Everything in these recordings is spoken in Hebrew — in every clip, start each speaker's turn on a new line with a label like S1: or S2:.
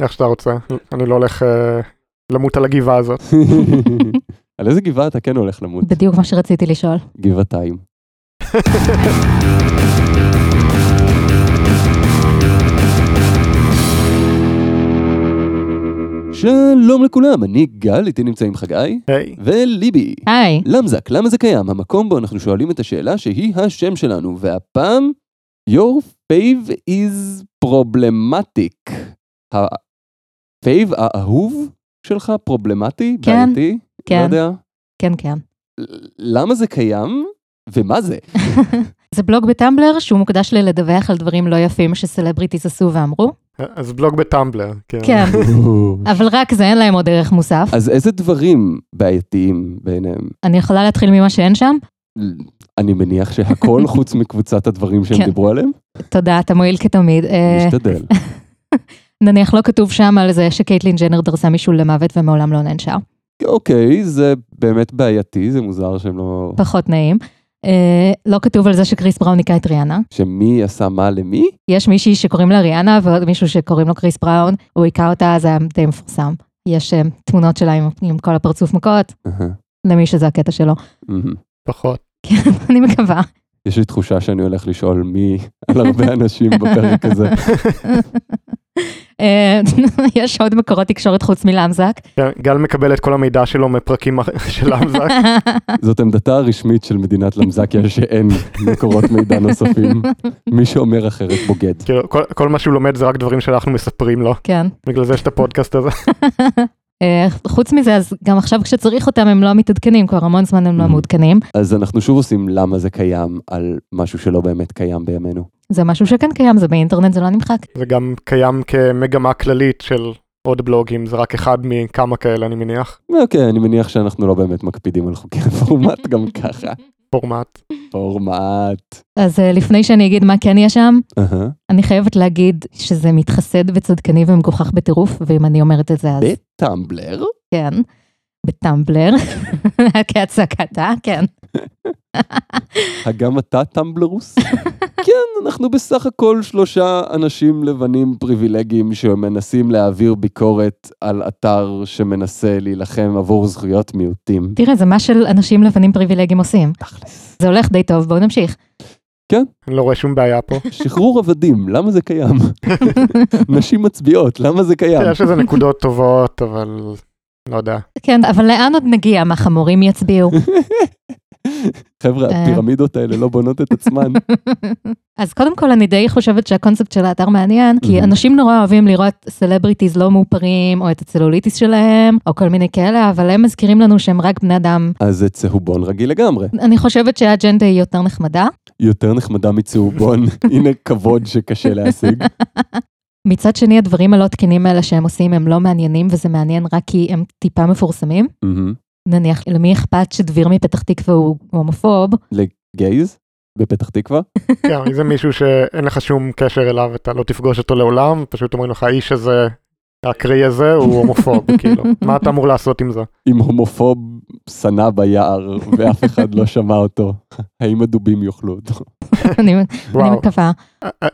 S1: איך שאתה רוצה. אני לא הולך אה, למות על הגבעה הזאת.
S2: על איזה גבעה אתה כן הולך למות?
S3: בדיוק מה שרציתי לשאול.
S2: גבעתיים. שלום לכולם, אני גל, איתי נמצא עם חגי
S1: היי,
S2: וליבי.
S3: היי.
S2: למזק, למה זה קיים? המקום בו אנחנו שואלים את השאלה שהיא השם שלנו, והפעם, your fave is problematic. הפייב האהוב שלך פרובלמטי?
S3: כן,
S2: בעייתי? לא
S3: כן,
S2: יודע.
S3: כן, כן.
S2: למה זה קיים ומה זה?
S3: זה בלוג בטמבלר שהוא מוקדש ללדווח על דברים לא יפים שסלבריטיז עשו ואמרו.
S1: אז בלוג בטמבלר. כן.
S3: כן, אבל רק זה, אין להם עוד ערך מוסף.
S2: אז איזה דברים בעייתיים בעיניהם?
S3: אני יכולה להתחיל ממה שאין שם?
S2: אני מניח שהכל חוץ מקבוצת הדברים שהם
S3: כן.
S2: דיברו עליהם?
S3: תודה, אתה מועיל כתמיד. אה,
S2: נשתדל.
S3: נניח לא כתוב שם על זה שקייטלין ג'נר דרסה מישהו למוות ומעולם לא נענשה.
S2: אוקיי, זה באמת בעייתי, זה מוזר שהם לא...
S3: פחות נעים. אה, לא כתוב על זה שקריס בראון ניקה את ריאנה.
S2: שמי עשה מה למי?
S3: יש מישהי שקוראים לה ריאנה ועוד מישהו שקוראים לו קריס בראון, הוא היכה אותה, זה היה די מפורסם. יש אה, תמונות שלה עם, עם כל הפרצוף מכות,
S2: אהה,
S3: למי שזה הקטע שלו.
S2: מהמם.
S1: פחות.
S3: אני מקווה.
S2: יש לי תחושה שאני הולך לשאול מי על הרבה אנשים בפרק הזה.
S3: אה, יש עוד מקורות תקשורת חוץ מלמזק.
S1: כן, גל מקבל את כל המידע שלו מפרקים אח- של אמזק.
S2: זאת עמדתה הרשמית של מדינת למזקיה שאין מקורות מידע נוספים. מי שאומר אחרת בוגד.
S1: כאילו, כל- כל מה שהוא לומד זה רק דברים שאנחנו מספרים לו.
S3: כן.
S1: בגלל זה יש את הפודקאסט הזה.
S3: אה, חוץ מזה, אז גם עכשיו כשצריך אותם הם לא מתעדכנים, כבר המון זמן הם לא
S2: Mhm.
S3: מעודכנים.
S2: אז אנחנו שוב עושים למה זה קיים על משהו שלא באמת קיים בימינו.
S3: זה משהו שכן קיים, זה באינטרנט, זה לא נמחק.
S1: זה גם קיים כמגמה כללית של עוד בלוגים, זה רק אחד מכמה כאלה אני מניח.
S2: אוקיי, אני מניח שאנחנו לא באמת מקפידים על חוקי הפורמט גם ככה.
S1: פורמט.
S2: פורמט.
S3: אז אה, לפני שאני אגיד מה כן יש שם,
S2: אהה.
S3: אני חייבת להגיד שזה מתחסד וצדקני ומגוחך בטירוף, ואם אני אומרת את זה אז
S2: בטמבלר?
S3: כן, בטמבלר, כהצעקתה, כן.
S2: גם אתה טמבלרוס? כן, אנחנו בסך הכל שלושה אנשים לבנים פריבילגיים שמנסים להעביר ביקורת על אתר שמנסה להילחם עבור זכויות מיעוטים.
S3: תראה, זה מה של אנשים לבנים פריבילגיים עושים.
S2: תכלס.
S3: זה הולך די טוב, בואו נמשיך.
S1: אני לא רואה שום בעיה פה.
S2: שחרור עבדים, למה זה קיים? נשים מצביעות, למה זה קיים?
S1: יש איזה נקודות טובות, אבל לא יודע.
S3: כן, אבל לאן עוד נגיע? מה, חמורים יצביעו?
S2: חבר'ה,
S3: אה.
S2: הפירמידות האלה לא בונות את עצמן.
S3: אז קודם כל, אני די חושבת שהקונספט של האתר מעניין, כי
S2: Mhm.
S3: אנשים נורא אוהבים לראות סלבריטיז לא מאופרים, או את הצלוליטיס שלהם, או כל מיני כאלה, אבל הם מזכירים לנו שהם רק בני אדם.
S2: אז זה צהובון רגיל לגמרי.
S3: אני חושבת שהאג'נדה היא יותר נחמדה.
S2: יותר נחמדה מצהובון, הנה כבוד שקשה להשיג.
S3: מצד שני, הדברים הלא תקינים האלה שהם עושים הם לא מעניינים, וזה מעניין רק כי הם טיפה מפורסמים.
S2: מהמם.
S3: נניח, למי אכפת שדביר מפתח תקווה הוא הומופוב?
S2: גייז? בפתח תקווה?
S1: כן, זה מישהו שאין לך שום קשר אליו, אתה לא תפגוש אותו לעולם, פשוט אומרים לך, האיש הזה, האקראי הזה, הוא הומופוב, כאילו. מה אתה אמור לעשות עם זה?
S2: עם הומופוב שנא ביער, ואף אחד לא שמע אותו. האם הדובים יאכלו אותו?
S3: אני אני
S1: וואו.
S3: מקווה.
S1: אה, אה,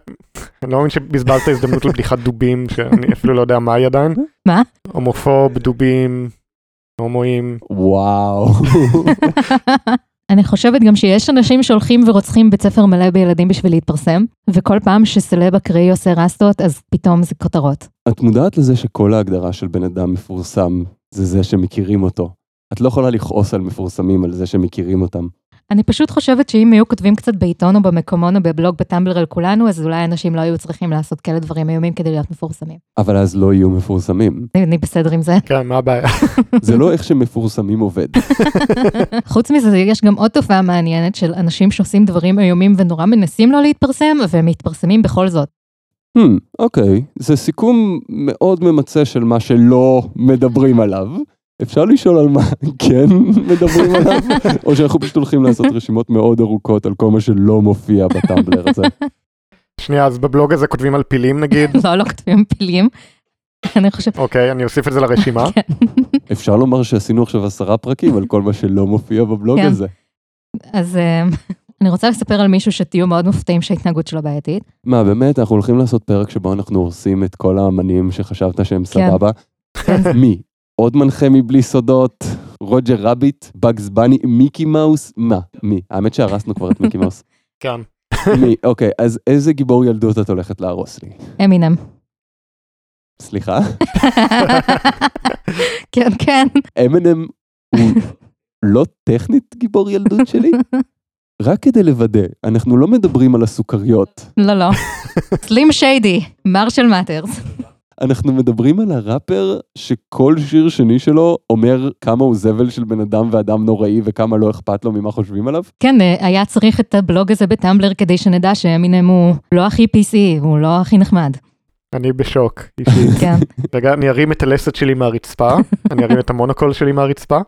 S1: אני לא מאמין שבזבזת הזדמנות לבדיחת דובים, שאני אפילו לא יודע מה היא עדיין.
S3: מה?
S1: הומופוב, דובים, הומואים.
S2: וואו.
S3: אני חושבת גם שיש אנשים שהולכים ורוצחים בית ספר מלא בילדים בשביל להתפרסם, וכל פעם שסלב אקראי עושה רסטות, אז פתאום זה כותרות.
S2: את מודעת לזה שכל ההגדרה של בן אדם מפורסם זה זה שמכירים אותו. את לא יכולה לכעוס על מפורסמים על זה שמכירים אותם.
S3: אני פשוט חושבת שאם היו כותבים קצת בעיתון או במקומון או בבלוג בטמבלר על כולנו, אז אולי אנשים לא היו צריכים לעשות כאלה דברים איומים כדי להיות מפורסמים.
S2: אבל אז לא יהיו מפורסמים.
S3: אני אני בסדר עם זה.
S1: כן, מה הבעיה?
S2: זה לא איך שמפורסמים עובד.
S3: חוץ מזה, יש גם עוד תופעה מעניינת של אנשים שעושים דברים איומים ונורא מנסים לא להתפרסם, והם מתפרסמים בכל זאת.
S2: Hmm, אוקיי, זה סיכום מאוד ממצה של מה שלא מדברים עליו. אפשר לשאול על מה כן מדברים עליו, או שאנחנו פשוט הולכים לעשות רשימות מאוד ארוכות על כל מה שלא מופיע בטמבלר הזה.
S1: שנייה, אז בבלוג הזה כותבים על פילים נגיד?
S3: לא, לא כותבים פילים. אני חושבת...
S1: אוקיי, אני אוסיף את זה לרשימה.
S3: כן.
S2: אפשר לומר שעשינו עכשיו עשרה פרקים על כל מה שלא מופיע בבלוג
S3: כן.
S2: הזה.
S3: אז אמ, אני רוצה לספר על מישהו שתהיו מאוד מופתעים שההתנהגות שלו בעייתית.
S2: מה, באמת, אנחנו הולכים לעשות פרק שבו אנחנו הורסים את כל האמנים שחשבת שהם סבבה? מי? עוד מנחה מבלי סודות? רוג'ר רביט? בגז בני? מיקי מאוס? מה? מי? האמת שהרסנו כבר את מיקי מאוס.
S1: כן.
S2: מי? אוקיי, אז איזה גיבור ילדות את הולכת להרוס לי?
S3: אמינם.
S2: סליחה?
S3: כן, כן.
S2: אמנם הוא לא טכנית גיבור ילדות שלי? רק כדי לוודא, אנחנו לא מדברים על הסוכריות,
S3: לא, לא. סלים שיידי, מרשל מאטרס.
S2: אנחנו מדברים על הראפר שכל שיר שני שלו אומר כמה הוא זבל של בן אדם ואדם נוראי וכמה לא אכפת לו ממה חושבים עליו.
S3: כן, אה, היה צריך את הבלוג הזה בטמבלר כדי שנדע שאמינם הוא לא הכי PC, הוא לא הכי נחמד.
S1: אני בשוק אישית.
S3: כן.
S1: רגע, אני ארים את הלסת שלי מהרצפה, אני ארים את המונוקול שלי מהרצפה,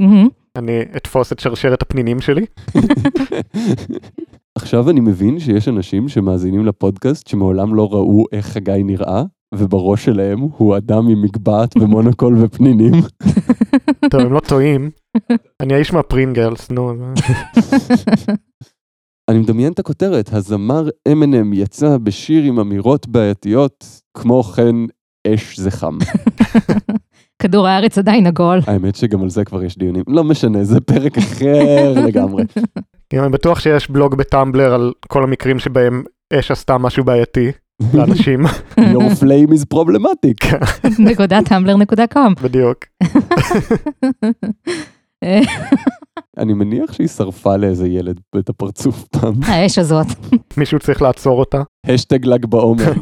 S3: מהמם.
S1: אני אתפוס את שרשרת הפנינים שלי.
S2: עכשיו אני מבין שיש אנשים שמאזינים לפודקאסט שמעולם לא ראו איך חגי נראה, ובראש שלהם הוא אדם עם מגבעת ומונוקול ופנינים.
S1: טוב, הם לא טועים. אני האיש מהפרינגלס, נו. זה-
S2: אני מדמיין את הכותרת, הזמר M&M יצא בשיר עם אמירות בעייתיות, כמו כן, אש זה חם.
S3: כדור הארץ עדיין עגול.
S2: האמת שגם על זה כבר יש דיונים. לא משנה, זה פרק אחר לגמרי.
S1: גם אה, אני בטוח שיש בלוג בטמבלר על כל המקרים שבהם אש עשתה משהו בעייתי לאנשים,
S2: Your flame is problematic.
S3: נקודה טמבלר נקודה קום.
S1: בדיוק.
S2: אני מניח שהיא שרפה לאיזה ילד את הפרצוף פעם.
S3: האש הזאת.
S1: מישהו צריך לעצור אותה.
S2: השטג ל"ג בעומר.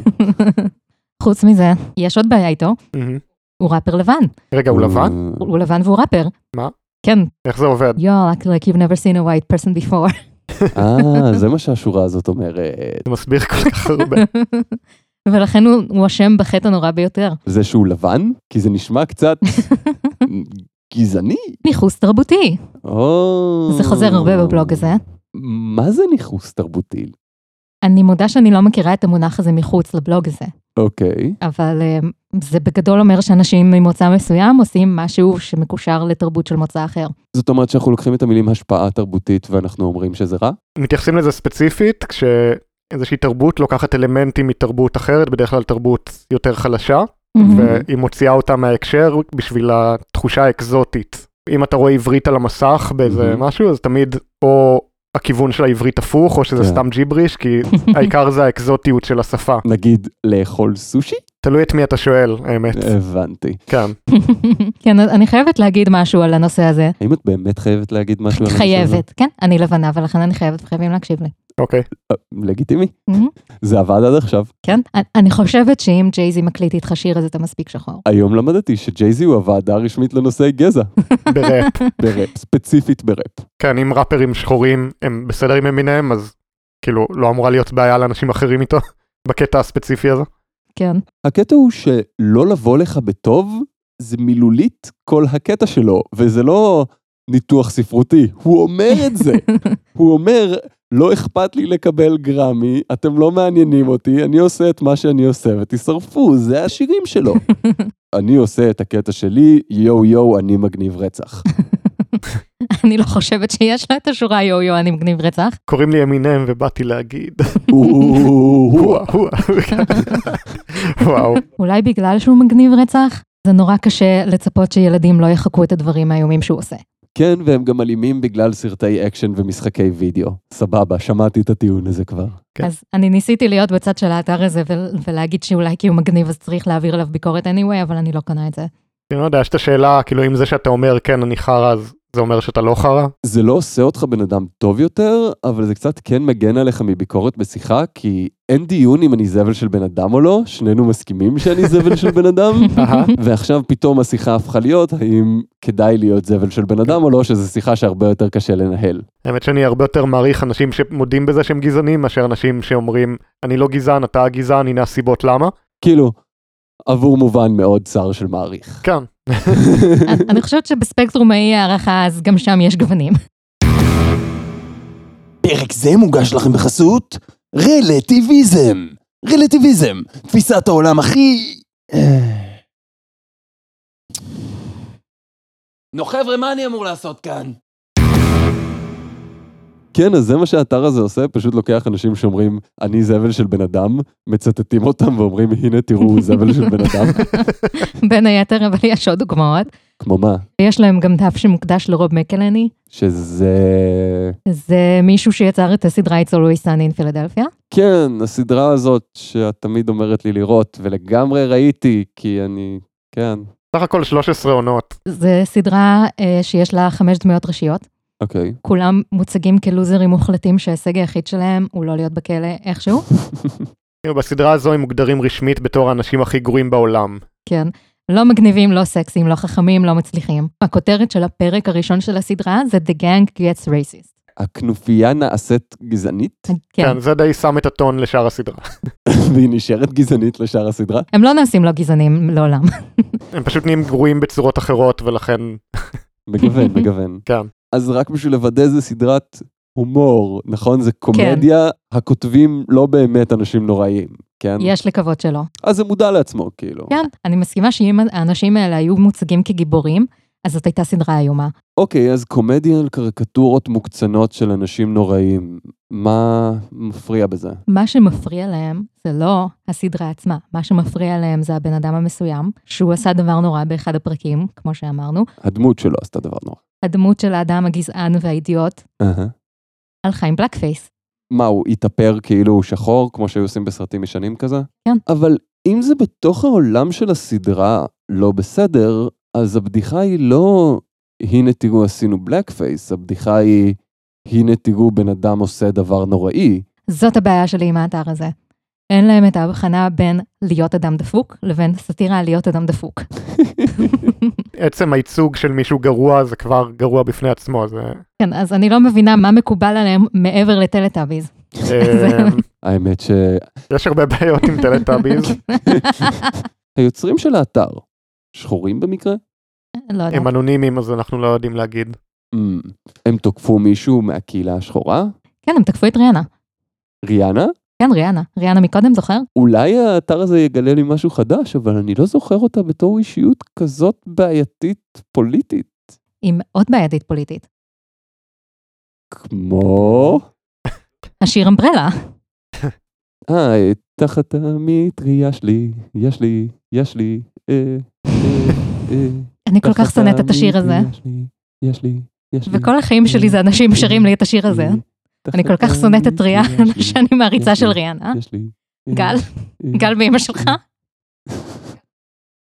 S3: חוץ מזה, יש עוד בעיה איתו,
S1: מהמם.
S3: הוא ראפר לבן.
S1: רגע,
S2: Mm.
S1: הוא לבן?
S3: הוא הוא לבן והוא ראפר.
S1: מה?
S3: כן,
S1: איך זה עובד?
S3: you're act like you've never seen a white person before.
S2: אה, זה מה שהשורה הזאת אומרת.
S1: זה מסביר כל כך הרבה.
S3: ולכן הוא- הוא אשם בחטא הנורא ביותר.
S2: זה שהוא לבן? כי זה נשמע קצת גזעני.
S3: ניכוס תרבותי.
S2: או...
S3: זה חוזר הרבה בבלוג הזה.
S2: מה זה ניכוס תרבותי?
S3: אני מודה שאני לא מכירה את המונח הזה מחוץ לבלוג הזה,
S2: אוקיי.
S3: אבל אה, זה בגדול אומר שאנשים ממוצא מסוים עושים משהו שמקושר לתרבות של מוצא אחר.
S2: זאת אומרת שאנחנו לוקחים את המילים השפעה תרבותית ואנחנו אומרים שזה רע?
S1: מתייחסים לזה ספציפית כשאיזושהי תרבות לוקחת אלמנטים מתרבות אחרת, בדרך כלל תרבות יותר חלשה, והיא מוציאה אותה מההקשר בשביל התחושה האקזוטית. אם אתה רואה עברית על המסך באיזה
S2: מהמם.
S1: משהו, אז תמיד או הכיוון של העברית הפוך, או שזה
S2: כן.
S1: סתם ג'יבריש, כי העיקר זה האקזוטיות של השפה.
S2: נגיד לאכול סושי?
S1: תלוי את מי אתה שואל, האמת.
S2: אה. הבנתי.
S1: כן.
S3: כן, אני חייבת להגיד משהו על הנושא הזה.
S2: האם את באמת חייבת להגיד משהו? על הנושא הזה?
S3: חייבת, כן? אני לבנה, ולכן אני חייבת וחייבים להקשיב לי.
S1: אוקיי.
S2: אה, לגיטימי.
S3: מהמם.
S2: זה עבד עד עכשיו.
S3: כן? אני- אני חושבת שאם ג'ייזי מקליט איתך שיר, אז אתה מספיק שחור.
S2: היום למדתי שג'ייזי הוא הוועדה הרשמית לנושאי גזע.
S1: בראפ.
S2: בראפ, ספציפית בראפ.
S1: כן, אם ראפרים שחורים הם בסדר עם ימיניהם, אז כאילו לא אמורה להיות בעיה לאנשים אחרים איתו, בקטע הספציפי הזה.
S3: כן.
S2: הקטע הוא שלא לבוא לך בטוב, זה מילולית כל הקטע שלו, וזה לא ניתוח ספרותי, הוא אומר את זה. הוא אומר, לא אכפת לי לקבל גרמי, אתם לא מעניינים אותי, אני עושה את מה שאני עושה ותשרפו, זה השירים שלו. אני עושה את הקטע שלי, יואו יואו, אני מגניב רצח.
S3: אני לא חושבת שיש לו את השורה יו-יו, אני מגניב רצח.
S1: קוראים לי ימיניהם ובאתי להגיד,
S2: הוא-
S1: וואו, וואו. כן. וואו,
S3: אולי בגלל שהוא מגניב רצח, זה נורא קשה לצפות שילדים לא יחקו את הדברים האיומים שהוא עושה.
S2: כן, והם גם אלימים בגלל סרטי אקשן ומשחקי וידאו. סבבה, שמעתי את הטיעון הזה כבר.
S1: כן.
S3: אז אני ניסיתי להיות בצד של האתר הזה ו- ולהגיד שאולי כי הוא מגניב אז צריך להעביר עליו ביקורת anyway, אבל אני לא קונה את זה.
S1: אני לא יודע, יש את השאלה, כאילו אם זה שאתה אומר כן אני חרא, אז זה אומר שאתה לא חרא?
S2: זה לא עושה אותך בן אדם טוב יותר, אבל זה קצת כן מגן עליך מביקורת בשיחה, כי אין דיון אם אני זבל של בן אדם או לא, שנינו מסכימים שאני זבל של בן אדם,
S1: אהה.
S2: ועכשיו פתאום השיחה הפכה להיות האם כדאי להיות זבל של בן אדם או לא, שזו שיחה שהרבה יותר קשה לנהל.
S1: האמת שאני הרבה יותר מעריך אנשים שמודים בזה שהם גזענים, מאשר אנשים שאומרים, אני לא גזען, אתה הגזען, הנה הסיבות למה.
S2: כאילו, עבור מובן מאוד צר של מעריך.
S1: כן,
S3: אני- אני חושבת שבספקטרום האי הערכה, אז גם שם יש גוונים.
S2: פרק זה מוגש לכם בחסות רלטיביזם. רלטיביזם, תפיסת העולם הכי... אה.
S4: נו חבר'ה, מה אני אמור לעשות כאן?
S2: כן, אז זה מה שהאתר הזה עושה, פשוט לוקח אנשים שאומרים, אני זבל של בן אדם, מצטטים אותם ואומרים, הנה תראו, זבל של בן אדם.
S3: בין היתר, אבל יש עוד דוגמאות.
S2: כמו מה?
S3: יש להם גם דף שמוקדש לרוב מקלני,
S2: שזה...
S3: זה מישהו שיצר את הסדרה It's Always Sunny in Philadelphia.
S2: כן, הסדרה הזאת שאת תמיד אומרת לי לראות, ולגמרי ראיתי, כי אני... כן,
S1: סך הכל 13 עונות.
S3: זה סדרה אה, שיש לה חמש דמויות ראשיות.
S2: אוקיי.
S3: כולם מוצגים כלוזרים מוחלטים שההישג היחיד שלהם הוא לא להיות בכלא איכשהו.
S1: בסדרה הזו הם מוגדרים רשמית בתור האנשים הכי גרועים בעולם.
S3: כן. לא מגניבים, לא סקסים, לא חכמים, לא מצליחים. הכותרת של הפרק הראשון של הסדרה זה The Gang Gets Racist.
S2: הכנופיה נעשית גזענית,
S3: כן.
S1: כן, זה די שם את הטון לשאר הסדרה.
S3: לא-
S2: והיא נשארת גזענית לשאר הסדרה.
S3: הם לא נעשים לא גזענים לעולם.
S1: הם פשוט נהיים גרועים בצורות אחרות ולכן,
S2: מגוון, מגוון.
S1: כן.
S2: אז רק בשביל לוודא זה סדרת הומור, נכון? זה קומדיה, הכותבים לא באמת אנשים נוראיים, כן?
S3: יש לקוות שלא.
S2: אז זה מודע לעצמו, כאילו.
S3: כן, אני מסכימה שאם האנשים האלה היו מוצגים כגיבורים, אז זאת הייתה סדרה איומה.
S2: אוקיי, אז קומדיה על קריקטורות מוקצנות של אנשים נוראיים. מה מפריע בזה?
S3: מה שמפריע להם זה לא הסדרה עצמה, מה שמפריע להם זה הבן אדם המסוים, שהוא עשה דבר נורא באחד הפרקים, כמו שאמרנו.
S2: הדמות שלו עשתה דבר נורא.
S3: הדמות של האדם הגזען והאידיוט
S2: אהה.
S3: הלכה עם בלאק פייס.
S2: מה, הוא התאפר כאילו הוא שחור, כמו שהיו עושים בסרטים ישנים כזה?
S3: כן.
S2: אבל אם זה בתוך העולם של הסדרה לא בסדר, אז הבדיחה היא לא, הנה תראו עשינו בלק פייס, הבדיחה היא, הנה תראו בן אדם עושה דבר נוראי.
S3: זאת הבעיה שלי עם האתר הזה. אין להם את ההבחנה בין להיות אדם דפוק לבין סאטירה על להיות אדם דפוק.
S1: עצם הייצוג של מישהו גרוע זה כבר גרוע בפני עצמו. זה...
S3: כן, אז אני לא מבינה מה מקובל עליהם מעבר לטלטאביז.
S1: אה,
S2: האמת
S1: יש הרבה בעיות עם טלטאביז.
S2: שהיוצרים של האתר, שחורים במקרה?
S3: לא יודעת.
S1: הם אנונימיים אז אנחנו לא יודעים להגיד.
S2: אמ, הם תוקפו מישהו מהקהילה השחורה?
S3: כן, הם תקפו את ריאנה.
S2: ריאנה?
S3: כן, ריאנה. ריאנה מקודם, זוכר?
S2: אולי האתר הזה יגלה לי משהו חדש, אבל אני לא זוכר אותה בתור אישיות כזאת בעייתית פוליטית.
S3: היא מאוד בעייתית פוליטית.
S2: כמו...
S3: השיר אמברלה.
S2: היי, אה, תחת המטריה שלי, יש לי, יש לי, אה, אה, אה.
S3: אני כל כך
S2: תחת
S3: שונאת את השיר הזה.
S2: המטריה שלי, יש לי, יש לי.
S3: וכל החיים שלי זה אנשים שרים לי את השיר הזה.
S2: אה,
S3: אני כל
S2: תחת
S3: כך שונאת את
S2: המטריה
S3: ריאנה
S2: שלי,
S3: שאני מעריצה
S2: יש
S3: של
S2: לי.
S3: ריאנה.
S2: יש לי. אה,
S3: גל,
S2: אה.
S3: גל ואימא שלך?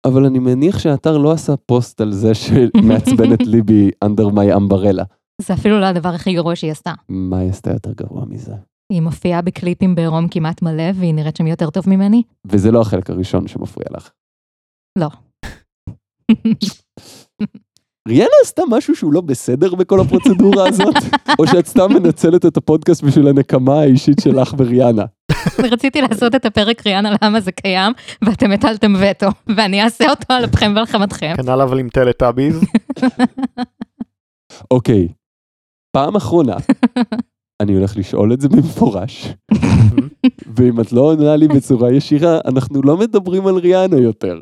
S2: אבל אני מניח שהאתר לא עשה פוסט על זה שמעצבן את ליבי under my umbrella.
S3: זה אפילו לא הדבר הכי גרוע שהיא עשתה.
S2: מה היא עשתה יותר גרוע מזה?
S3: היא מופיעה בקליפים בעירום כמעט מלא, והיא נראית שם יותר טוב ממני.
S2: וזה לא החלק הראשון שמפריע לך.
S3: לא.
S2: ריאנה עשתה משהו שהוא לא בסדר בכל הפרוצדורה הזאת? או שאת סתם מנצלת את הפודקאסט בשביל הנקמה האישית שלך בריאנה?
S3: אני רציתי לעשות את הפרק ריאנה למה זה קיים, ואתם הטלתם וטו, ואני אעשה אותו על אפכם ועל חמתכם.
S2: כן.
S1: כנ"ל אבל עם טלטאביז.
S2: אוקיי, פעם אחרונה, אני הולך לשאול את זה במפורש, ואם את לא עונה לי בצורה ישירה, אנחנו לא מדברים על ריאנה יותר.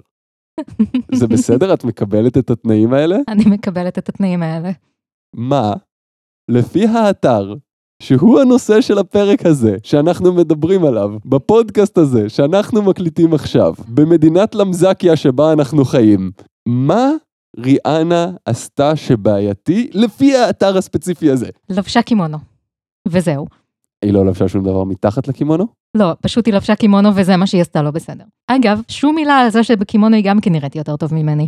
S2: זה בסדר? את מקבלת את התנאים האלה?
S3: אני מקבלת את התנאים האלה.
S2: מה, לפי האתר, שהוא הנושא של הפרק הזה, שאנחנו מדברים עליו, בפודקאסט הזה, שאנחנו מקליטים עכשיו, במדינת למזקיה שבה אנחנו חיים, מה ריאנה עשתה שבעייתי, לפי האתר הספציפי הזה?
S3: לבשה קימונו. וזהו.
S2: היא לא לבשה שום דבר מתחת לקימונו?
S3: לא, פשוט היא לבשה קימונו וזה מה שהיא עשתה לא בסדר. אגב, שום מילה על זה שבקימונו היא גם כן נראית יותר טוב ממני.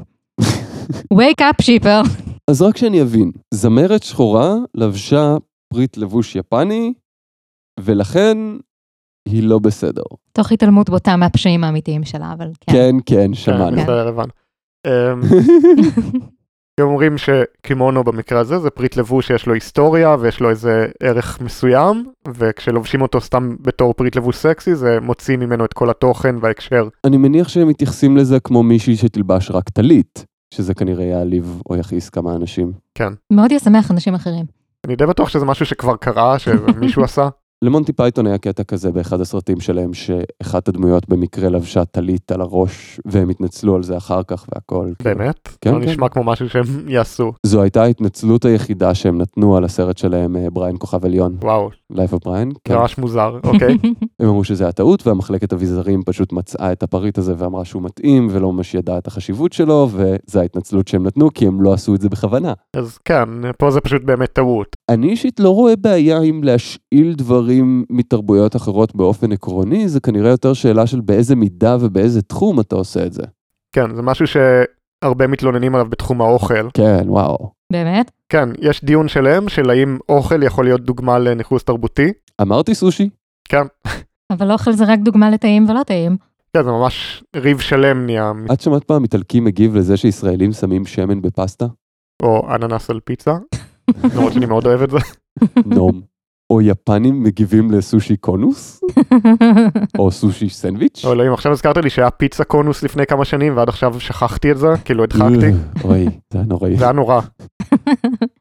S3: wake up שיפר.
S2: אז רק שאני אבין, זמרת שחורה לבשה פריט לבוש יפני, ולכן היא לא בסדר.
S3: תוך התעלמות בוטה מהפשעים האמיתיים שלה, אבל כן. כן.
S2: כן, כן, שמענו.
S1: כן, בסדר, הבנו. אמ,
S2: כן.
S1: הם אומרים שקימונו במקרה הזה זה פריט לבוש שיש לו היסטוריה ויש לו איזה ערך מסוים וכשלובשים אותו סתם בתור פריט לבוש סקסי זה מוציא ממנו את כל התוכן וההקשר.
S2: אני מניח שהם מתייחסים לזה כמו מישהי שתלבש רק טלית, שזה כנראה יעליב או יכעיס כמה אנשים.
S3: מאוד ישמח אנשים אחרים.
S1: אני די בטוח שזה משהו שכבר קרה שמישהו עשה.
S2: למונטי פייתון היה קטע כזה באחד הסרטים שלהם, שאחת הדמויות במקרה לבשה טלית על הראש, והם התנצלו על זה אחר כך והכל.
S1: באמת?
S2: כן,
S1: לא
S2: כן.
S1: נשמע כמו משהו שהם יעשו.
S2: זו הייתה ההתנצלות היחידה שהם נתנו על הסרט שלהם, אה, בריין כוכב עליון,
S1: וואו,
S2: Life of Brian. כן.
S1: זה ממש מוזר, אוקיי.
S2: הם אמרו שזה היה טעות, והמחלקת אביזרים פשוט מצאה את הפריט הזה ואמרה שהוא מתאים, ולא ממש ידעה את החשיבות שלו, וזו ההתנצלות שהם נתנו, כי הם לא עשו את זה בכוונה.
S1: אז כן, פה זה פשוט באמת טעות.
S2: אני אישית לא רואה בעיה עם להשאיל דברים מתרבויות אחרות באופן עקרוני, זה כנראה יותר שאלה של באיזה מידה ובאיזה תחום אתה עושה את זה.
S1: כן, זה משהו שהרבה מתלוננים עליו בתחום האוכל.
S2: כן, וואו.
S3: באמת?
S1: כן, יש דיון שלם של האם אוכל יכול להיות דוגמה לניכוס תרבותי.
S2: אמרתי סושי?
S3: אבל לא אוכל זה רק דוגמה לטעים ולא טעים.
S1: כן, זה ממש ריב שלם נהיה,
S2: את שמעת פעם איטלקי מגיב לזה שישראלים שמים שמן בפסטה?
S1: או אננס על פיצה, למרות שאני מאוד אוהב את זה.
S2: נום. או יפנים מגיבים לסושי קונוס? או סושי סנדוויץ'?
S1: או אלוהים, עכשיו הזכרת לי שהיה פיצה קונוס לפני כמה שנים, ועד עכשיו שכחתי את זה, כאילו הדחקתי.
S2: אוי, זה היה נוראי.
S1: זה היה נורא.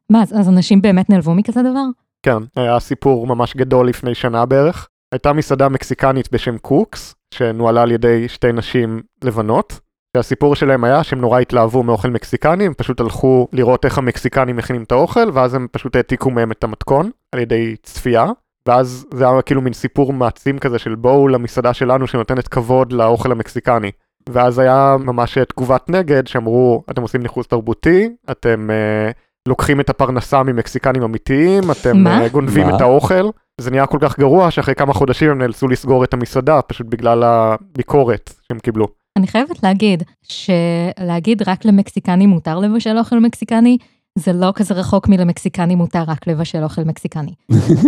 S3: מה, אז- אז אנשים באמת נעלבו מכזה דבר?
S1: כן, היה סיפור ממש גדול לפני שנה בערך. הייתה מסעדה מקסיקנית בשם קוקס, שנוהלה על ידי שתי נשים לבנות. שהסיפור שלהם היה שהם נורא התלהבו מאוכל מקסיקני, הם פשוט הלכו לראות איך המקסיקנים מכינים את האוכל, ואז הם פשוט העתיקו מהם את המתכון על ידי צפייה. ואז זה היה כאילו מין סיפור מעצים כזה של בואו למסעדה שלנו שנותנת כבוד לאוכל המקסיקני. ואז היה ממש תגובת נגד שאמרו אתם עושים ניחוס תרבותי, אתם אה, לוקחים את הפרנסה ממקסיקנים אמיתיים, אתם
S3: מה?
S1: אה, גונבים
S2: מה?
S1: את האוכל. זה נהיה כל כך גרוע שאחרי כמה חודשים הם נאלצו לסגור את המסעדה פשוט בגלל הביקורת שהם קיבלו.
S3: אני חייבת להגיד, שלהגיד רק למקסיקני מותר לבשל אוכל מקסיקני, זה לא כזה רחוק מלמקסיקני מותר רק לבשל אוכל מקסיקני.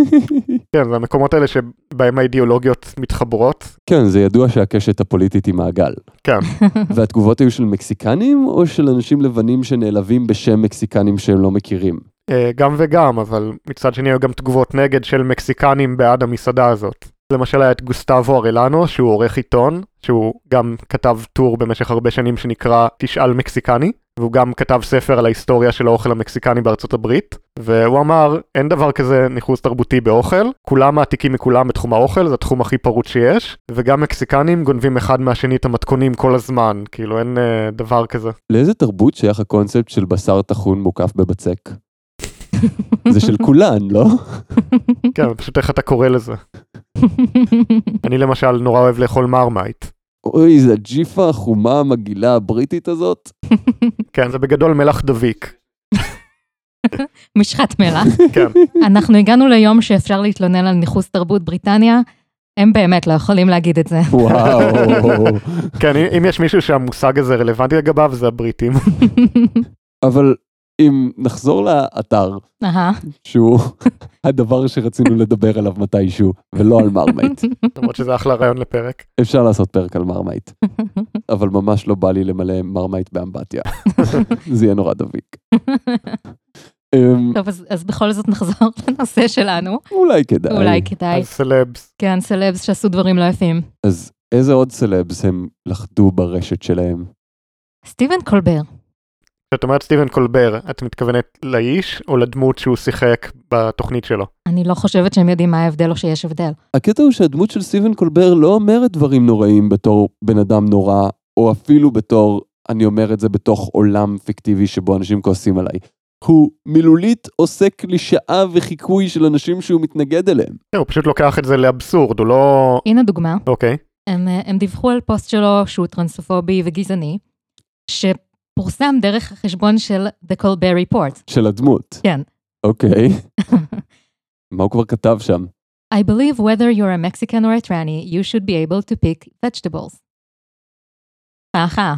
S1: כן, זה המקומות האלה שבהם האידיאולוגיות מתחברות.
S2: כן, זה ידוע שהקשת הפוליטית היא מעגל.
S1: כן,
S2: והתגובות היו של מקסיקנים, או של אנשים לבנים שנעלבים בשם מקסיקנים שהם לא מכירים?
S1: אה, גם וגם, אבל מצד שני היו גם תגובות נגד של מקסיקנים בעד המסעדה הזאת. למשל היה את גוסטבו ארלנו, שהוא עורך עיתון, שהוא גם כתב טור במשך הרבה שנים שנקרא תשאל מקסיקני, והוא גם כתב ספר על ההיסטוריה של האוכל המקסיקני בארצות הברית, והוא אמר, אין דבר כזה ניחוס תרבותי באוכל, כולם מעתיקים מכולם בתחום האוכל, זה התחום הכי פרוץ שיש, וגם מקסיקנים גונבים אחד מהשני את המתכונים כל הזמן, כאילו אין אה, דבר כזה.
S2: לאיזה תרבות שייך הקונספט של בשר טחון מוקף בבצק? זה של כולן, לא?
S1: כן, פשוט איך אתה קורא לזה. אני למשל נורא אוהב לאכול מרמייט.
S2: אוי, זה הג'יפה החומה המגעילה הבריטית הזאת?
S1: כן, זה בגדול מלח דביק.
S3: משחת מלח.
S1: כן.
S3: אנחנו הגענו ליום שאפשר להתלונן על ניכוס תרבות בריטניה, הם באמת לא יכולים להגיד את זה.
S2: וואו.
S1: כן, אם- אם יש מישהו שהמושג הזה רלוונטי לגביו, זה הבריטים.
S2: אבל אם נחזור לאתר,
S3: אהה.
S2: שהוא הדבר שרצינו לדבר עליו מתישהו, ולא על מרמייט.
S1: למרות שזה אחלה רעיון לפרק.
S2: אפשר לעשות פרק על מרמייט, אבל ממש לא בא לי למלא מרמייט באמבטיה. זה יהיה נורא דביק. אמ,
S3: טוב, אז- אז בכל זאת נחזור לנושא שלנו.
S2: אולי כדאי.
S3: אולי כדאי.
S1: אז סלבס.
S3: כן, סלבס שעשו דברים לא יפים.
S2: אז איזה עוד סלבס הם לחדו ברשת שלהם?
S3: סטיבן קולבר.
S1: כשאת אומרת סטיבן קולבר, את מתכוונת לאיש או לדמות שהוא שיחק בתוכנית שלו?
S3: אני לא חושבת שהם יודעים מה ההבדל או שיש הבדל.
S2: הקטע הוא שהדמות של סטיבן קולבר לא אומרת דברים נוראים בתור בן אדם נורא, או אפילו בתור, אני אומר את זה בתוך עולם פיקטיבי שבו אנשים כועסים עליי. הוא מילולית עושה קלישאה וחיקוי של אנשים שהוא מתנגד אליהם.
S1: כן, הוא פשוט לוקח את זה לאבסורד, הוא לא...
S3: הנה דוגמה.
S1: אוקיי.
S3: הם, אה, הם דיווחו על פוסט שלו שהוא טרנספובי וגזעני, שפורסם דרך החשבון של The Colbert Report.
S2: של הדמות.
S3: כן.
S2: אוקיי. מה הוא כבר כתב שם?
S3: I believe whether you're a Mexican or a tranny, you should be able to pick vegetables. אהה.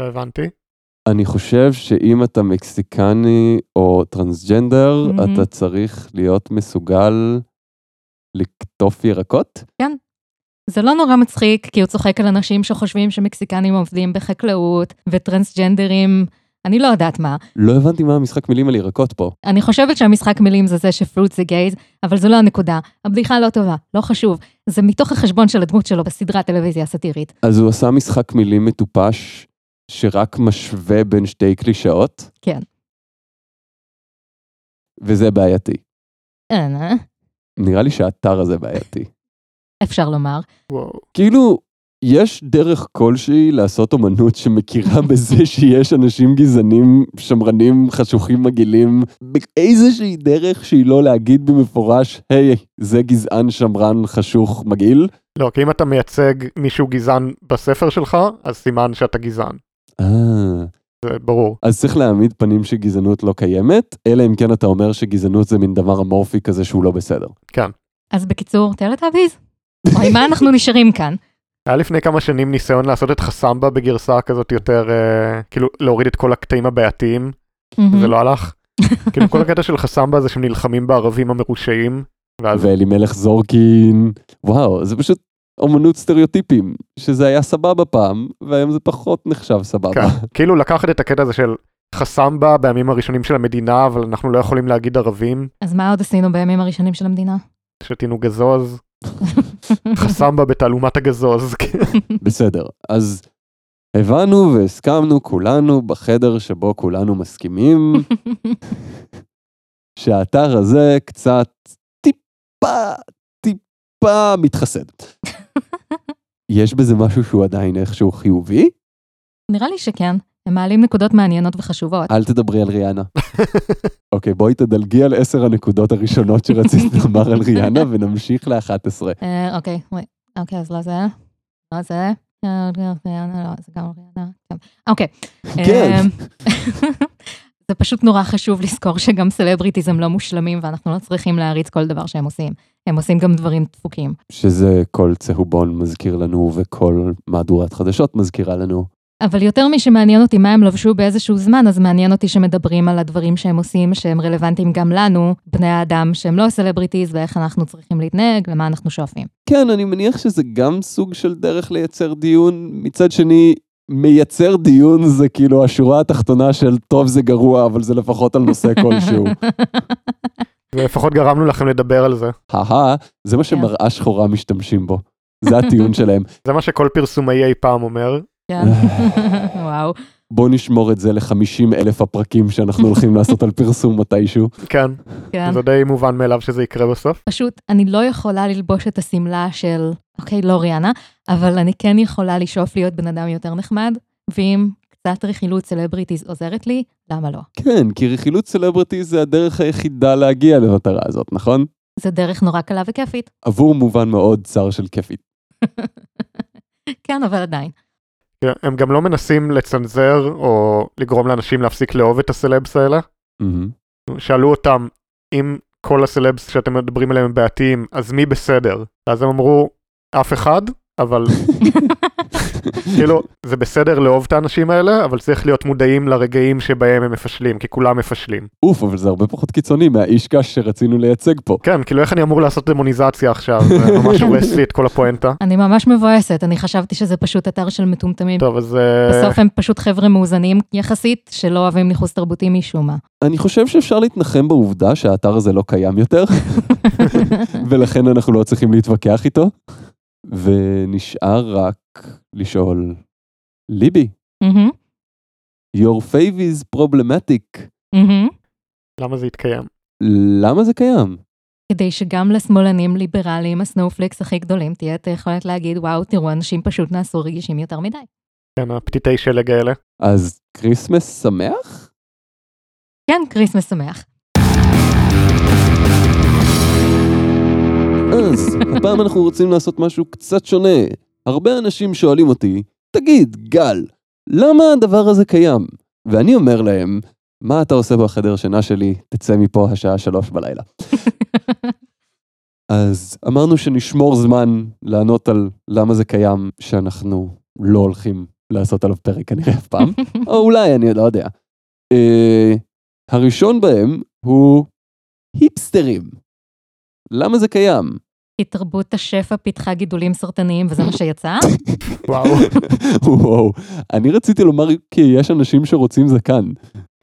S1: לא הבנתי.
S2: אני חושב שאם אתה מקסיקני או טרנסג'נדר,
S3: מהמם.
S2: אתה צריך להיות מסוגל לקטוף ירקות?
S3: זה לא נורא מצחיק, כי הוא צוחק על אנשים שחושבים שמקסיקנים עובדים בחקלאות וטרנסג'נדרים, אני לא יודעת מה.
S2: לא הבנתי מה המשחק מילים על ירקות פה.
S3: אני חושבת שהמשחק מילים זה זה שפרוט זה גייז, אבל זה לא הנקודה. הבדיחה לא טובה, לא חשוב. זה מתוך החשבון של הדמות שלו בסדרת טלוויזיה הסאטירית.
S2: אז הוא עשה משחק מילים מטופש שרק משווה בין שתי קלישאות?
S3: כן.
S2: וזה בעייתי.
S3: אה, נה.
S2: נראה לי שהאתר הזה בעייתי.
S3: אפשר לומר.
S1: וואו.
S2: כאילו, יש דרך כלשהי לעשות אומנות שמכירה בזה שיש אנשים גזענים, שמרנים, חשוכים, מגעילים, באיזושהי דרך שהיא לא להגיד במפורש, היי, זה גזען, שמרן, חשוך, מגעיל?
S1: לא, כי אם אתה מייצג מישהו גזען בספר שלך, אז סימן שאתה גזען.
S2: אה,
S1: זה ברור.
S2: אז צריך להעמיד פנים שגזענות לא קיימת, אלא אם כן אתה אומר שגזענות זה מין דבר אמורפי כזה שהוא לא בסדר.
S1: כן.
S3: אז בקיצור, טלטאביז? וואי, מה אנחנו נשארים כאן?
S1: היה לפני כמה שנים ניסיון לעשות את חסמבה בגרסה כזאת יותר, אה, כאילו להוריד את כל הקטעים הבעייתיים,
S3: Mm.
S1: זה לא הלך. כאילו כל הקטע של חסמבה זה שהם נלחמים בערבים המרושעים, ואז
S2: ואלימלך זורקין, וואו, זה פשוט אומנות סטריאוטיפים, שזה היה סבבה פעם, והיום זה פחות נחשב סבבה.
S1: כן. כאילו לקחת את הקטע הזה של חסמבה בימים הראשונים של המדינה, אבל אנחנו לא יכולים להגיד ערבים,
S3: אז מה עוד עשינו בימים הראשונים של המדינה?
S1: שתינו גזוז, חסמבה בתעלומת הגזוז.
S2: בסדר, אז הבנו והסכמנו כולנו בחדר שבו כולנו מסכימים, שהאתר הזה קצת טיפה, טיפה מתחסד. יש בזה משהו שהוא עדיין איכשהו חיובי?
S3: נראה לי שכן, הם מעלים נקודות מעניינות וחשובות.
S2: אל תדברי על ריאנה. אוקיי, בואי תדלגי על עשר הנקודות הראשונות שרצית לומר על ריאנה ונמשיך ל-11.
S3: אה, אוקיי, וואי. אוקיי, אז לא זה, לא זה, אה, לא, ריאנה, לא, זה גם ריאנה, כן. אוקיי.
S2: כן.
S3: אה, זה פשוט נורא חשוב לזכור שגם סלבריטיזם לא מושלמים ואנחנו לא צריכים להריץ כל דבר שהם עושים. הם עושים גם דברים דפוקים.
S2: שזה כל צהובון מזכיר לנו וכל מהדורת חדשות מזכירה לנו.
S3: אבל יותר משמעניין אותי מה הם לבשו באיזשהו זמן, אז מעניין אותי שמדברים על הדברים שהם עושים, שהם רלוונטיים גם לנו, בני האדם שהם לא סלבריטיז, ואיך אנחנו צריכים להתנהג, למה אנחנו שואפים.
S2: כן, אני מניח שזה גם סוג של דרך לייצר דיון. מצד שני, מייצר דיון זה כאילו השורה התחתונה של טוב זה גרוע, אבל זה לפחות על נושא כלשהו.
S1: ולפחות גרמנו לכם לדבר על זה.
S2: הא זה מה שמראה שחורה משתמשים בו. זה הטיעון שלהם.
S1: זה מה שכל פרסומאי אי פעם אומר.
S3: כן. וואו.
S2: בואו נשמור את זה ל-50 אלף הפרקים שאנחנו הולכים לעשות על פרסום מתישהו.
S1: כן,
S3: כן.
S1: זה די מובן מאליו שזה יקרה בסוף.
S3: פשוט, אני לא יכולה ללבוש את השמלה של, אוקיי, לא ריאנה, אבל אני כן יכולה לשאוף להיות בן אדם יותר נחמד, ואם קצת רכילות סלבריטיז עוזרת לי, למה לא?
S2: כן, כי רכילות סלבריטי זה הדרך היחידה להגיע למטרה הזאת, נכון?
S3: זה דרך נורא קלה וכיפית.
S2: עבור מובן מאוד צר של כיפית.
S3: כן, אבל עדיין.
S1: כן, הם גם לא מנסים לצנזר או לגרום לאנשים להפסיק לאהוב את הסלבס האלה. שאלו אותם אם כל הסלבס שאתם מדברים עליהם הם בעייתיים, אז מי בסדר? אז הם אמרו, אף אחד, אבל כאילו, זה בסדר לאהוב את האנשים האלה, אבל צריך להיות מודעים לרגעים שבהם הם מפשלים, כי כולם מפשלים.
S2: אוף, אבל זה הרבה פחות קיצוני מהאיש קש שרצינו לייצג פה.
S1: כן, כאילו איך אני אמור לעשות דמוניזציה עכשיו? זה ממש הורס לי את כל הפואנטה.
S3: אני ממש מבואסת, אני חשבתי שזה פשוט אתר של מטומטמים.
S1: טוב, אז... אה,
S3: בסוף הם פשוט חבר'ה מאוזנים יחסית, שלא אוהבים ניכוס תרבותי משום מה.
S2: אני חושב שאפשר להתנחם בעובדה שהאתר הזה לא קיים יותר, ולכן אנחנו לא צריכים להתווכח איתו. ונשאר רק לשאול, ליבי,
S3: מהמם,
S2: your fave is problematic,
S3: מהמם.
S1: למה זה התקיים?
S2: למה זה קיים?
S3: כדי שגם לשמאלנים ליברליים, הסנופליקס הכי גדולים, תהיה את היכולת להגיד, וואו, תראו, אנשים פשוט נעשו רגישים יותר מדי.
S1: כן, הפתיתי שלג האלה.
S2: אז כריסמס שמח?
S3: כן, כריסמס שמח.
S2: אז הפעם אנחנו רוצים לעשות משהו קצת שונה. הרבה אנשים שואלים אותי, תגיד, גל, למה הדבר הזה קיים? ואני אומר להם, מה אתה עושה בחדר שינה שלי? תצא מפה השעה שלוש בלילה. אז אמרנו שנשמור זמן לענות על למה זה קיים, שאנחנו לא הולכים לעשות עליו פרק כנראה אף פעם, או אולי, אני לא יודע. אה, הראשון בהם הוא היפסטרים. למה זה קיים?
S3: כי תרבות השפע פיתחה גידולים סרטניים, וזה מה שיצא?
S1: וואו.
S2: וואו, אני רציתי לומר כי יש אנשים שרוצים זקן.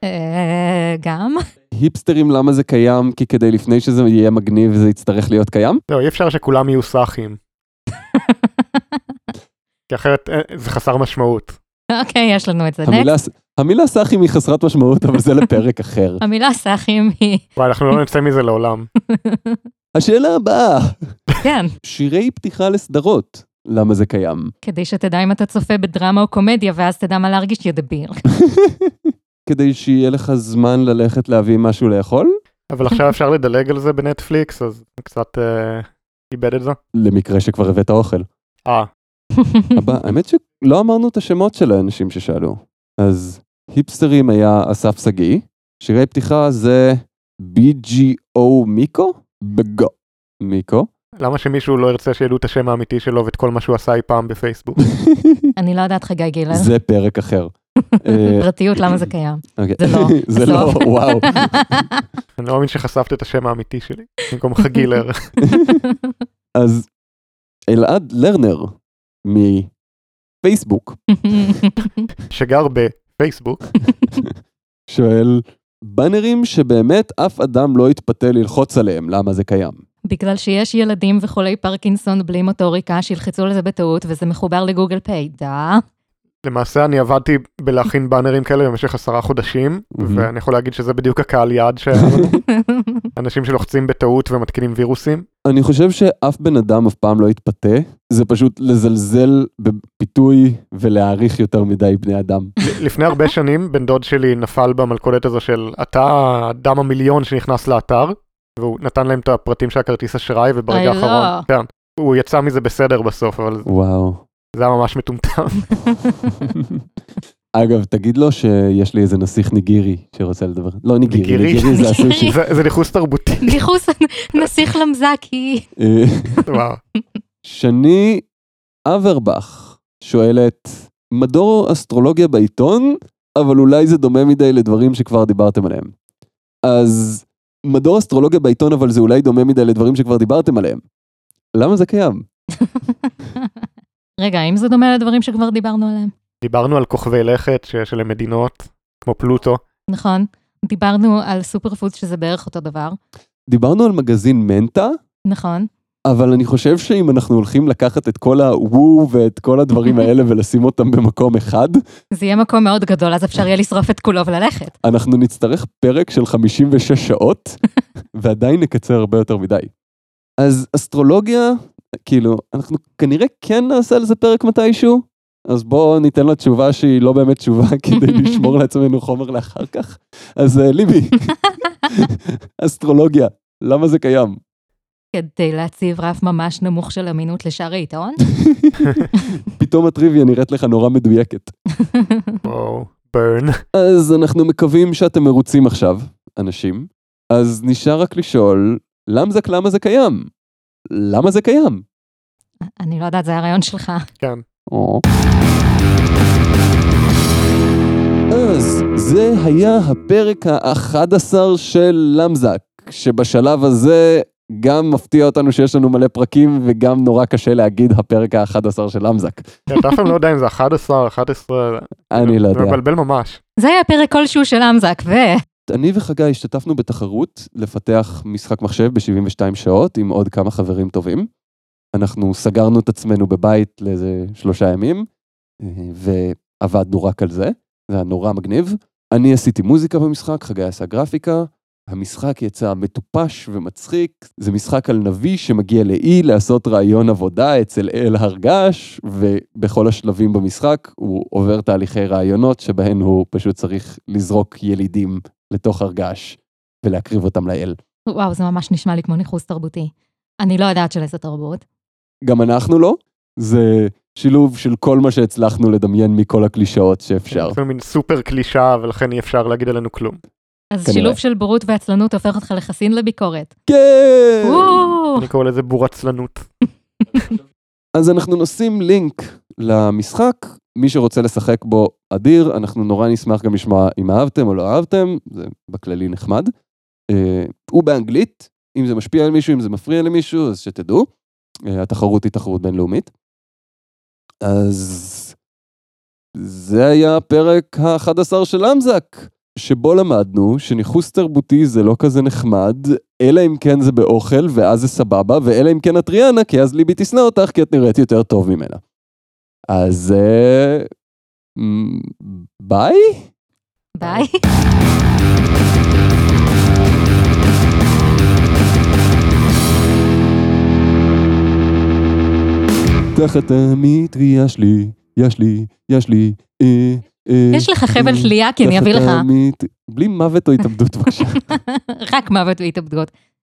S3: אה, גם.
S2: היפסטרים למה זה קיים? כי כדי לפני שזה יהיה מגניב זה יצטרך להיות קיים?
S1: לא, אי אפשר שכולם יהיו סאחים. כי אחרת אה, זה חסר משמעות.
S3: אוקיי, יש לנו את זה. Next.
S2: המילה, ס- המילה סאחים היא חסרת משמעות אבל זה לפרק אחר.
S3: המילה סאחים היא...
S1: וואי, אנחנו לא נצא מזה לעולם.
S2: השאלה הבאה,
S3: כן,
S2: שירי פתיחה לסדרות, למה זה קיים?
S3: כדי שתדע אם אתה צופה בדרמה או קומדיה, ואז תדע מה להרגיש, יא דביר.
S2: כדי שיהיה לך זמן ללכת להביא משהו לאכול?
S1: אבל עכשיו אפשר לדלג על זה בנטפליקס, אז קצת אה, איבד את זה.
S2: למקרה שכבר הבאת אוכל.
S1: אה,
S2: הבא, האמת שלא אמרנו את השמות של האנשים ששאלו. אז היפסטרים היה אסף שגיא, שירי פתיחה זה BGO מיקו? בגו מיקו.
S1: למה שמישהו לא ירצה שידעו את השם האמיתי שלו ואת כל מה שהוא עשה אי פעם בפייסבוק?
S3: אני לא יודעת, חגי גילר.
S2: זה פרק אחר. אה,
S3: פרטיות, למה זה קיים?
S2: אוקיי.
S3: זה לא,
S2: זה לא,
S3: בסוף.
S2: וואו.
S1: אני לא מאמין שחשפת את השם האמיתי שלי, במקום חגילר.
S2: אז אלעד לרנר מפייסבוק
S1: שגר בפייסבוק,
S2: שואל, באנרים שבאמת אף אדם לא יתפתה ללחוץ עליהם, למה זה קיים?
S3: בגלל שיש ילדים וחולי פרקינסון בלי מוטוריקה שילחצו לזה בטעות, וזה מחובר לגוגל פיי, דה.
S1: למעשה אני עבדתי בלהכין באנרים כאלה במשך עשרה חודשים,
S2: מהמם.
S1: ואני יכול להגיד שזה בדיוק הקהל יעד שהיה לנו, אנשים שלוחצים בטעות ומתקינים וירוסים.
S2: אני חושב שאף בן אדם אף פעם לא יתפתה, זה פשוט לזלזל בפיתוי ולהעריך יותר מדי בני אדם.
S1: לפני הרבה שנים בן דוד שלי נפל במלכודת הזו של אתה האדם המיליון שנכנס לאתר והוא נתן להם את הפרטים של הכרטיס אשראי
S3: אוי,
S1: וברגע
S3: לא.
S1: האחרון כן, הוא יצא מזה בסדר בסוף אבל
S2: וואו.
S1: זה היה ממש מטומטם
S2: אגב, תגיד לו שיש לי איזה נסיך ניגירי שרוצה לדבר. לא ניגירי,
S1: ניגירי?
S2: ניגירי זה הסושי.
S1: זה זה ניכוס תרבותי
S3: ניחוס נסיך למזקי.
S2: אה,
S1: וואו.
S2: שני אברבך שואלת, מדור אסטרולוגיה בעיתון, אבל אולי זה דומה מדי לדברים שכבר דיברתם עליהם. אז מדור אסטרולוגיה בעיתון, אבל זה אולי דומה מדי לדברים שכבר דיברתם עליהם. למה זה קיים?
S3: רגע, האם זה דומה לדברים שכבר דיברנו עליהם?
S1: דיברנו על כוכבי לכת שיש עליהם מדינות כמו פלוטו
S3: נכון. דיברנו על סופר פודס שזה בערך אותו דבר.
S2: דיברנו על מגזין מנטה,
S3: נכון.
S2: אבל אני חושב שאם אנחנו הולכים לקחת את כל הוו ואת כל הדברים האלה ולשים אותם במקום אחד,
S3: זה יהיה מקום מאוד גדול, אז אפשר יהיה לשרוף את כולו וללכת.
S2: אנחנו נצטרך פרק של 56 שעות, ועדיין נקצר הרבה יותר מדי. אז אסטרולוגיה, כאילו, אנחנו כנראה כן נעשה על זה פרק מתישהו, אז בואו ניתן לה תשובה שהיא לא באמת תשובה כדי לשמור לעצמנו חומר לאחר כך. אז אה, ליבי, אסטרולוגיה, למה זה קיים?
S3: כדי להציב רף ממש נמוך של אמינות לשאר העיתון.
S2: פתאום הטריוויה נראית לך נורא מדויקת.
S1: או ברן
S2: אז אנחנו מקווים שאתם מרוצים עכשיו, אנשים. אז נשאר רק לשאול, למזק למה זה קיים? למה זה קיים?
S3: אני לא יודעת, זה הרעיון שלך.
S1: כן
S2: או. אז זה היה הפרק ה-11 של למזק, שבשלב הזה גם מפתיע אותנו שיש לנו מלא פרקים וגם נורא קשה להגיד הפרק ה-11 של למזק.
S1: כן, אתה אף פעם לא יודע אם זה 11 11
S2: אני לא
S1: זה
S2: יודע.
S1: מבלבל ממש
S3: זה היה פרק כלשהו של אמזק, ו...
S2: אני וחגי השתתפנו בתחרות לפתח משחק מחשב ב-72 שעות עם עוד כמה חברים טובים. אנחנו סגרנו את עצמנו בבית לאיזה שלושה ימים, אה, ועבדנו רק על זה, זה היה נורא מגניב. אני עשיתי מוזיקה במשחק, חגי עשה גרפיקה. המשחק יצא מטופש ומצחיק, זה משחק על נביא שמגיע לאי לעשות ראיון עבודה אצל אל הרגש, ובכל השלבים במשחק הוא עובר תהליכי ראיונות שבהן הוא פשוט צריך לזרוק ילידים לתוך הרגש ולהקריב אותם לאל.
S3: וואו, זה ממש נשמע לי כמו ניחוס תרבותי. אני לא יודעת של איזה תרבות.
S2: גם אנחנו לא, זה שילוב של כל מה שהצלחנו לדמיין מכל הקלישאות שאפשר.
S1: זה מין סופר קלישה ולכן אי אפשר להגיד עלינו כלום
S3: אז
S2: כנראה.
S3: שילוב של בורות ועצלנות הופך אותך לחסין לביקורת.
S2: כן!
S3: וואו!
S1: אני קורא לזה בורצלנות
S2: אז אנחנו נשים לינק למשחק, מי שרוצה לשחק בו אדיר, אנחנו נורא נשמח גם לשמוע אם אהבתם או לא אהבתם, זה בכללי נחמד. אה, הוא באנגלית, אם זה משפיע על מישהו, אם זה מפריע למישהו, אז שתדעו. אה, התחרות היא תחרות בינלאומית. אז זה היה הפרק ה-11 של אמזק, שבו למדנו שניכוס תרבותי זה לא כזה נחמד, אלא אם כן זה באוכל, ואז זה סבבה, ואלא אם כן את ריאנה, כי אז ליבי תשנא אותך, כי את נראית יותר טוב ממנה. אז... אה, מ, ביי?
S3: ביי.
S2: תחת המטריה שלי, יש לי, יש לי, אה, אה.
S3: יש לך חבל
S2: אה, אה,
S3: תלייה כי אני
S2: תחת
S3: אביא לך.
S2: המט- בלי מוות או התאבדות בבקשה.
S3: רק מוות והתאבדויות.